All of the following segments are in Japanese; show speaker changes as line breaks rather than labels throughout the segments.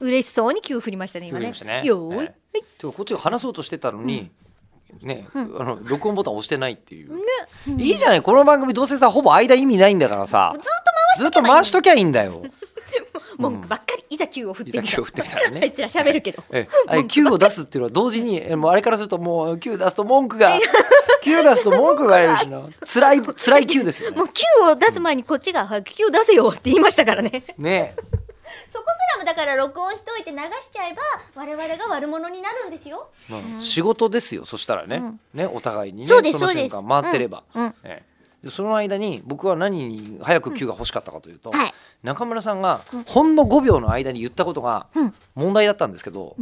嬉しそうに急振りましたね今
急に
ね。
ましたね
よーい、
ねてかこっちが話そうとしてたのに、ね、あの録音ボタン押してないっていう、いいじゃないこの番組どうせさほぼ間意味ないんだからさ
ずっと
ずっと回しときゃいいんだよ
文句ばっかりいざ急を振ってみた。
いざ急を振ってみたらね
あいつら喋るけど。
えあれ Q を出すっていうのは同時にえもうあれからするともう Q 出すと文句が Q 出すと文句が出るしな辛い辛い Q ですよね
もう Q を出す前にこっちが「はい Q 出せよ」って言いましたからね
ね
そこすらもだから録音しといて流しちゃえば我々が悪者になるんですよ
まあ仕事ですよそしたらね,、ねお互いにね
そうです
の
そうで
瞬
す
間回ってれば、
うんうん
ええでその間に僕は何に早く Q が欲しかったかというと、
うんはい
中村さんがほんの5秒の間に言ったことが問題だったんですけど、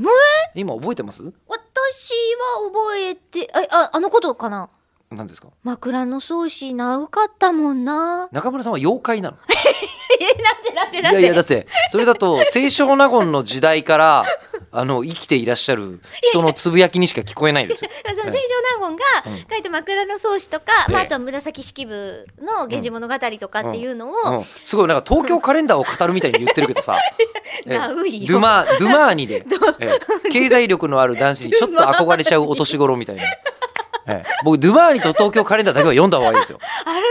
今覚えてます
私は覚えてあああのことかな
何ですか
枕草子なうかったもんな
中村さんは妖怪なの
えなんで
いやいやだってそれだと清少納言の時代からあの生きていらっしゃる人のつぶやきにしか聞こえないですよ。
その
はい
清少納言が書いた枕草子とか、まあ、
ええ
あとは紫式部の「源氏物語」とかっていうのを、
うん、すごいなんか東京カレンダーを語るみたいに言ってるけ どさええ
ダウイよ
ドゥマドゥマーニ で、ええ経済力のある男子にちょっと憧れちゃうお年頃みたいな、ええ僕ドゥマーニと東京カレンダーだけは読んだ方がいいですよ
あれはね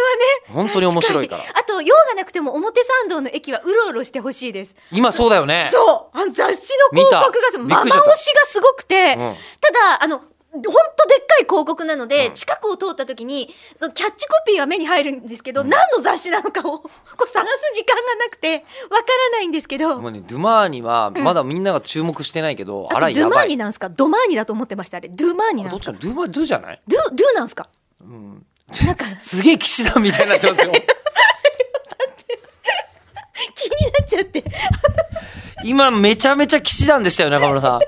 本当に面白いから
確にあと用がなくても表参道の駅はうろうろしてほしいです
今そうだよね
そうあの雑誌の広告が
見たびっ
ママ
く
推
り
し
しちゃった
がすごくて、
うん
ただあのほんとでっかい広告なので、
うん
近くを通った時にそのキャッチコピーは目に入るんですけど、何の雑誌なのかをこう探す時間がなくてわからないんですけど、
もうねドゥマーニはまだみんなが注目してないけど、
あ
あ
と
ら
ドゥ
や
マ
ば
ーニ
い
なんすかドマーニだと思ってましたあれドゥマーニなん
どっ
す
ち
か
のドゥマドゥじゃない
ドゥドゥなんすか、なんか
すげえ騎士団みたいになってます よ
気になっちゃって
今めちゃめちゃ騎士団でしたよ中 村さん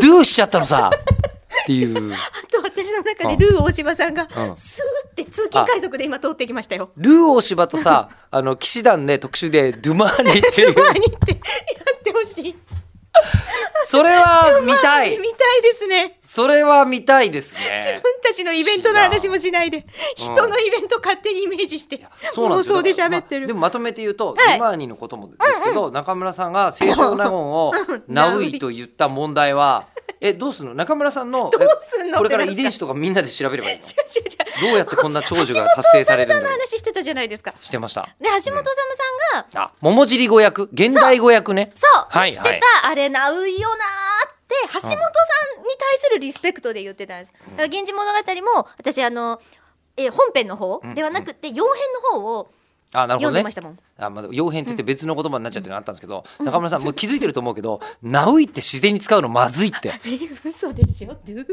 ドゥしちゃったのさっていう
あと私の中で
うん
ルー大柴さんが
うん
スーって通勤快速で今通ってきましたよ。
ルー大柴 とさあの騎士団ね特集でドゥマーニっていう
ドゥマーニってやってほしい。
それは見たい
見たいですね。
それは見たいです
自分
ね
たちのイベントの話もしないで、
う
人
ん
のイベント勝手にイメージして
そうな
妄
んですよ
想で喋ってる。
だからまあでもまとめて言う
は
と、
い
ドゥマーニのこともですけど、中村さんが清少納言をナウイと言った問題はえどうすんの中村さんの
どうすんの
えこれから
ってなんですか
遺伝子とかみんなで調べ ればいいの
違う違う違う
どうやってこんな長寿が達成されるん
橋本さ
だ
ん
ろ
の
う
話してたじゃないですか。
してました
で橋本治さんが、
あ桃尻語訳現代語訳ね
そう、
はい
してた、
はい
あれなういよなーって橋本さんに対するリスペクトで言ってたんです。だから源氏物語も私あのえー本編の方ではなくて、四編の方を
あなる
読
ほど
ん
ね
でましたもん。
あまあ、傭変って言って別の言葉になっちゃってるのあったんですけど、中 村さんもう気づいてると思うけど「ナウイ」って自然に使うのまずいって
え嘘でしょドゥ